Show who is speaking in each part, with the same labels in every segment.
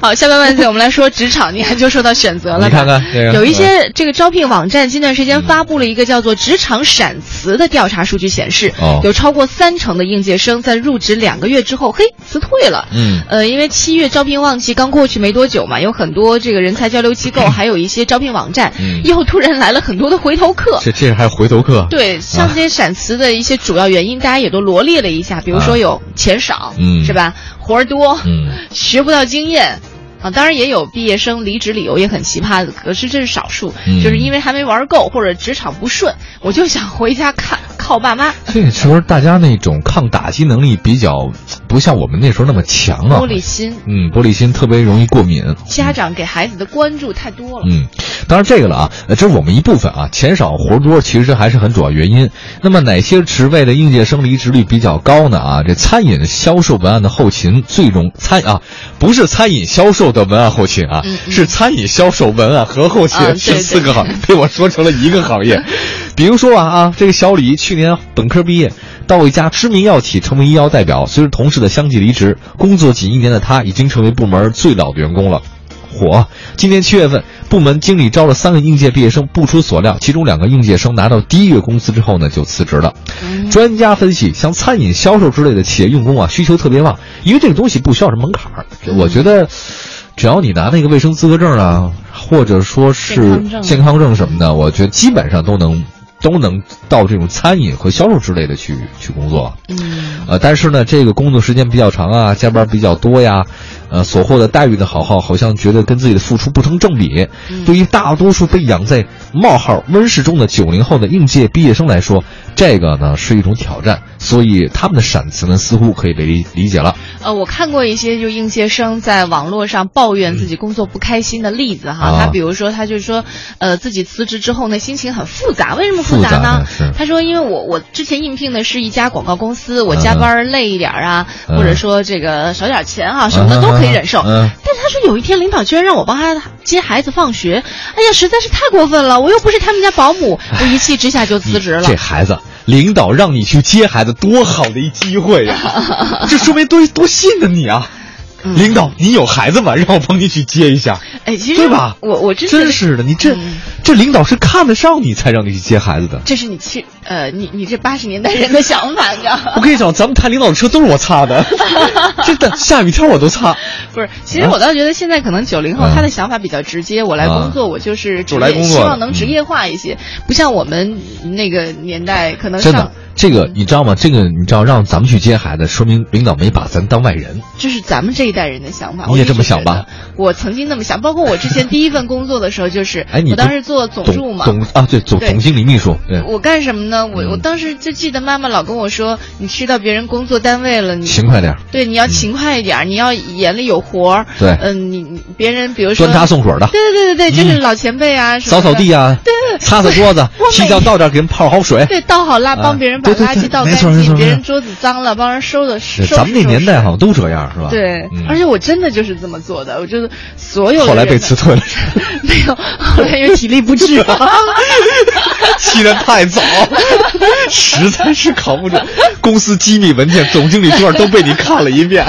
Speaker 1: 好，下半半节我们来说职场，你还就说到选择了吧。
Speaker 2: 你看看这个嗯
Speaker 1: 有一些这个招聘网站近段时间发布了一个叫做“职场闪辞”的调查数据显示，
Speaker 2: 哦
Speaker 1: 有超过三成的应届生在入职两个月之后，嘿，辞退了。
Speaker 2: 嗯
Speaker 1: 呃，因为七月招聘旺季刚过去没多久嘛，有很多这个人才交流 机构，还有一些招聘网站，
Speaker 2: 嗯
Speaker 1: 又突然来了很多的回头客。
Speaker 2: 这这还有回头客，
Speaker 1: 对，像这些闪辞的一些主要原因，大家也都罗列了一下，比如说有钱少，
Speaker 2: 啊嗯
Speaker 1: 是吧？活儿多，
Speaker 2: 嗯
Speaker 1: 学不到经验。啊，当然也有毕业生离职理由也很奇葩的，可是这是少数，
Speaker 2: 嗯
Speaker 1: 就是因为还没玩够或者职场不顺，我就想回家看靠爸妈。
Speaker 2: 这时候大家那种抗打击能力比较不像我们那时候那么强啊，
Speaker 1: 玻璃心，嗯
Speaker 2: 嗯，玻璃心特别容易过敏。
Speaker 1: 家长给孩子的关注太多了。
Speaker 2: 嗯，当然这个了啊，呃这是我们一部分啊，钱少活多，其实还是很主要原因。那么哪些职位的应届生离职率比较高呢？啊，这餐饮销售文案的后勤最容餐啊，不是餐饮销售的文案后勤啊，
Speaker 1: 嗯嗯
Speaker 2: 是餐饮销售文案和后勤
Speaker 1: 啊
Speaker 2: 是
Speaker 1: 对对
Speaker 2: 四个行，被我说成了一个行业。比如说啊啊，这个小李去年本科毕业，到一家知名药企成为医药代表，随着同事的相继离职，工作仅一年的他已经成为部门最老的员工了。火！啊今年七月份，部门经理招了三个应届毕业生，不出所料，其中两个应届生拿到第一月工资之后呢，就辞职了。
Speaker 1: 嗯
Speaker 2: 专家分析，像餐饮销售之类的企业用工啊，需求特别旺，因为这个东西不需要什么门槛儿。我觉得，只要你拿那个卫生资格证啊，或者说
Speaker 1: 健
Speaker 2: 是
Speaker 1: 康证
Speaker 2: 健康证什么的，我觉得基本上都能都能到这种餐饮和销售之类的去去工作。
Speaker 1: 嗯，
Speaker 2: 呃，但是呢，这个工作时间比较长啊，加班比较多呀，呃，所获的待遇呢，好好好像觉得跟自己的付出不成正比。
Speaker 1: 嗯
Speaker 2: 对于大多数被养在冒号温室中的九零后的应届毕业生来说，这个呢是一种挑战，所以他们的闪辞呢，似乎可以被理理解了。
Speaker 1: 呃，我看过一些就应届生在网络上抱怨自己工作不开心的例子哈。
Speaker 2: 嗯啊
Speaker 1: 他比如说，他就说，呃，自己辞职之后呢，心情很复杂。为什么
Speaker 2: 复
Speaker 1: 杂
Speaker 2: 杂
Speaker 1: 呢
Speaker 2: 的是？
Speaker 1: 他说，因为我我之前应聘的是一家广告公司，我
Speaker 2: 嗯
Speaker 1: 加班儿累一点儿啊，
Speaker 2: 嗯
Speaker 1: 或者说这个少点儿钱啊，什么的
Speaker 2: 嗯
Speaker 1: 都可以忍受。
Speaker 2: 嗯
Speaker 1: 但是他说有一天领导居然让我帮他接孩子放学，哎呀，实在是太过分了！我又不是他们家保姆，我一气之下就辞职了。
Speaker 2: 这孩子，领导让你去接孩子，多好的一机会 呀、这说明多多信任你啊！
Speaker 1: 嗯
Speaker 2: 领导，你有孩子吗？让我帮你去接一下。
Speaker 1: 哎，其实
Speaker 2: 对吧？
Speaker 1: 我我真觉得
Speaker 2: 真是的，你这、
Speaker 1: 嗯
Speaker 2: 这领导是看得上你才让你去接孩子的。
Speaker 1: 这是你去呃，你你这八十年代人的想法，你知道
Speaker 2: 我
Speaker 1: 吗？
Speaker 2: 跟你讲，咱们台领导的车都是我擦的，真的下雨天我都擦。
Speaker 1: 不是，其实我倒觉得现在可能九零后
Speaker 2: 嗯
Speaker 1: 他的想法比较直接，我来工作，我就是职
Speaker 2: 就来
Speaker 1: 业，
Speaker 2: 工作
Speaker 1: 希望
Speaker 2: 了嗯
Speaker 1: 能职业化一些，不像我们那个年代可能
Speaker 2: 真的
Speaker 1: 呃上，
Speaker 2: 这个你知道吗？这个你知道，让咱们去接孩子，说明领导没把咱当外人。
Speaker 1: 这是咱们这一代人的想法。
Speaker 2: 你也这么想吧
Speaker 1: 我一直觉得？我曾经那么想，包括我之前第一份工作的时候，就是
Speaker 2: 哎，你
Speaker 1: 我
Speaker 2: 不
Speaker 1: 当时做总助嘛。
Speaker 2: 总啊，对，总
Speaker 1: 对
Speaker 2: 总经理秘书，对，
Speaker 1: 我干什么呢？我我
Speaker 2: 嗯
Speaker 1: 当时就记得妈妈老跟我说，你去到别人工作单位了，你
Speaker 2: 勤快点儿，
Speaker 1: 对你要勤快一点儿，你要眼里有活儿。
Speaker 2: 嗯对
Speaker 1: 嗯、你你别人比如说
Speaker 2: 端茶送水的，嗯
Speaker 1: 对对对对对，就是老前辈啊，什么
Speaker 2: 扫扫地
Speaker 1: 的。
Speaker 2: 啊，
Speaker 1: 对对对
Speaker 2: 擦擦桌子
Speaker 1: 我每，
Speaker 2: 洗脚到这儿给人泡好水。
Speaker 1: 对，倒好垃，
Speaker 2: 啊
Speaker 1: 帮别人把
Speaker 2: 对对
Speaker 1: 垃
Speaker 2: 对
Speaker 1: 圾倒
Speaker 2: 没
Speaker 1: 干
Speaker 2: 错没错
Speaker 1: 净，别
Speaker 2: 没
Speaker 1: 人桌
Speaker 2: 错
Speaker 1: 子脏了，帮人收的收
Speaker 2: 是
Speaker 1: 拾。
Speaker 2: 咱们那
Speaker 1: 收拾
Speaker 2: 年代好像都这样，是吧？
Speaker 1: 对
Speaker 2: 嗯，
Speaker 1: 而且我真的就是这么做的，我觉得所有的
Speaker 2: 后来
Speaker 1: 人
Speaker 2: 被
Speaker 1: 呢
Speaker 2: 辞退了，
Speaker 1: 没有，后来因为体力 不支，
Speaker 2: 起得太早，实在是扛不住。公司机密文件、总经理卷都被你看了一遍。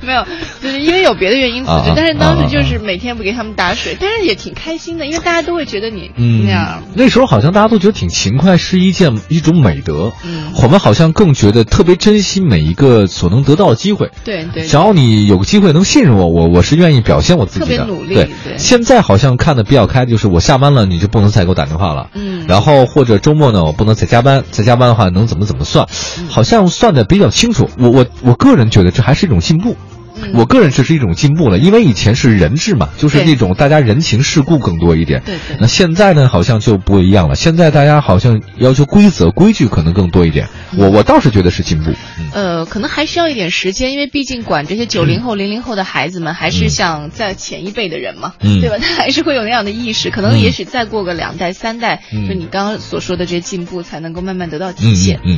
Speaker 1: 没有，就是因为有别的原因辞
Speaker 2: 啊
Speaker 1: 职
Speaker 2: 啊，
Speaker 1: 但是当
Speaker 2: 啊
Speaker 1: 时
Speaker 2: 啊
Speaker 1: 就是每天不给他们打水，但是也挺开心的，因为大家都会觉得你
Speaker 2: 嗯
Speaker 1: 那样，，
Speaker 2: 那时候好像大家都觉得挺勤快是一件一种美德。
Speaker 1: 嗯
Speaker 2: 我们好像更觉得特别珍惜每一个所能得到的机会。
Speaker 1: 对对
Speaker 2: 只要你有个机会能信任我，我我是愿意表现我自己的。
Speaker 1: 特别努力
Speaker 2: 对，
Speaker 1: 对
Speaker 2: 现在好像看的比较开，就是我下班了你就不能再给我打电话了。
Speaker 1: 嗯
Speaker 2: 然后或者周末呢，我不能再加班，再加班的话能怎么怎么算，
Speaker 1: 嗯
Speaker 2: 好像算的比较清楚。我我我个人觉得这还是一种进步。
Speaker 1: 嗯
Speaker 2: 我个人这是一种进步了，因为以前是人治嘛，就是
Speaker 1: 对
Speaker 2: 那种大家人情世故更多一点。
Speaker 1: 对对
Speaker 2: 那现在呢，好像就不一样了。现在大家好像要求规则、规矩可能更多一点。
Speaker 1: 嗯
Speaker 2: 我我倒是觉得是进步。嗯
Speaker 1: 呃，可能还需要一点时间，因为毕竟管这些九零后、零零后的孩子们，还是
Speaker 2: 嗯
Speaker 1: 像在前一辈的人嘛，
Speaker 2: 嗯
Speaker 1: 对吧？他还是会有那样的意识，可能
Speaker 2: 嗯
Speaker 1: 也许再过个两代、三代，
Speaker 2: 嗯
Speaker 1: 就你刚刚所说的这些进步，才能够慢慢得到体
Speaker 2: 嗯
Speaker 1: 现。
Speaker 2: 嗯。嗯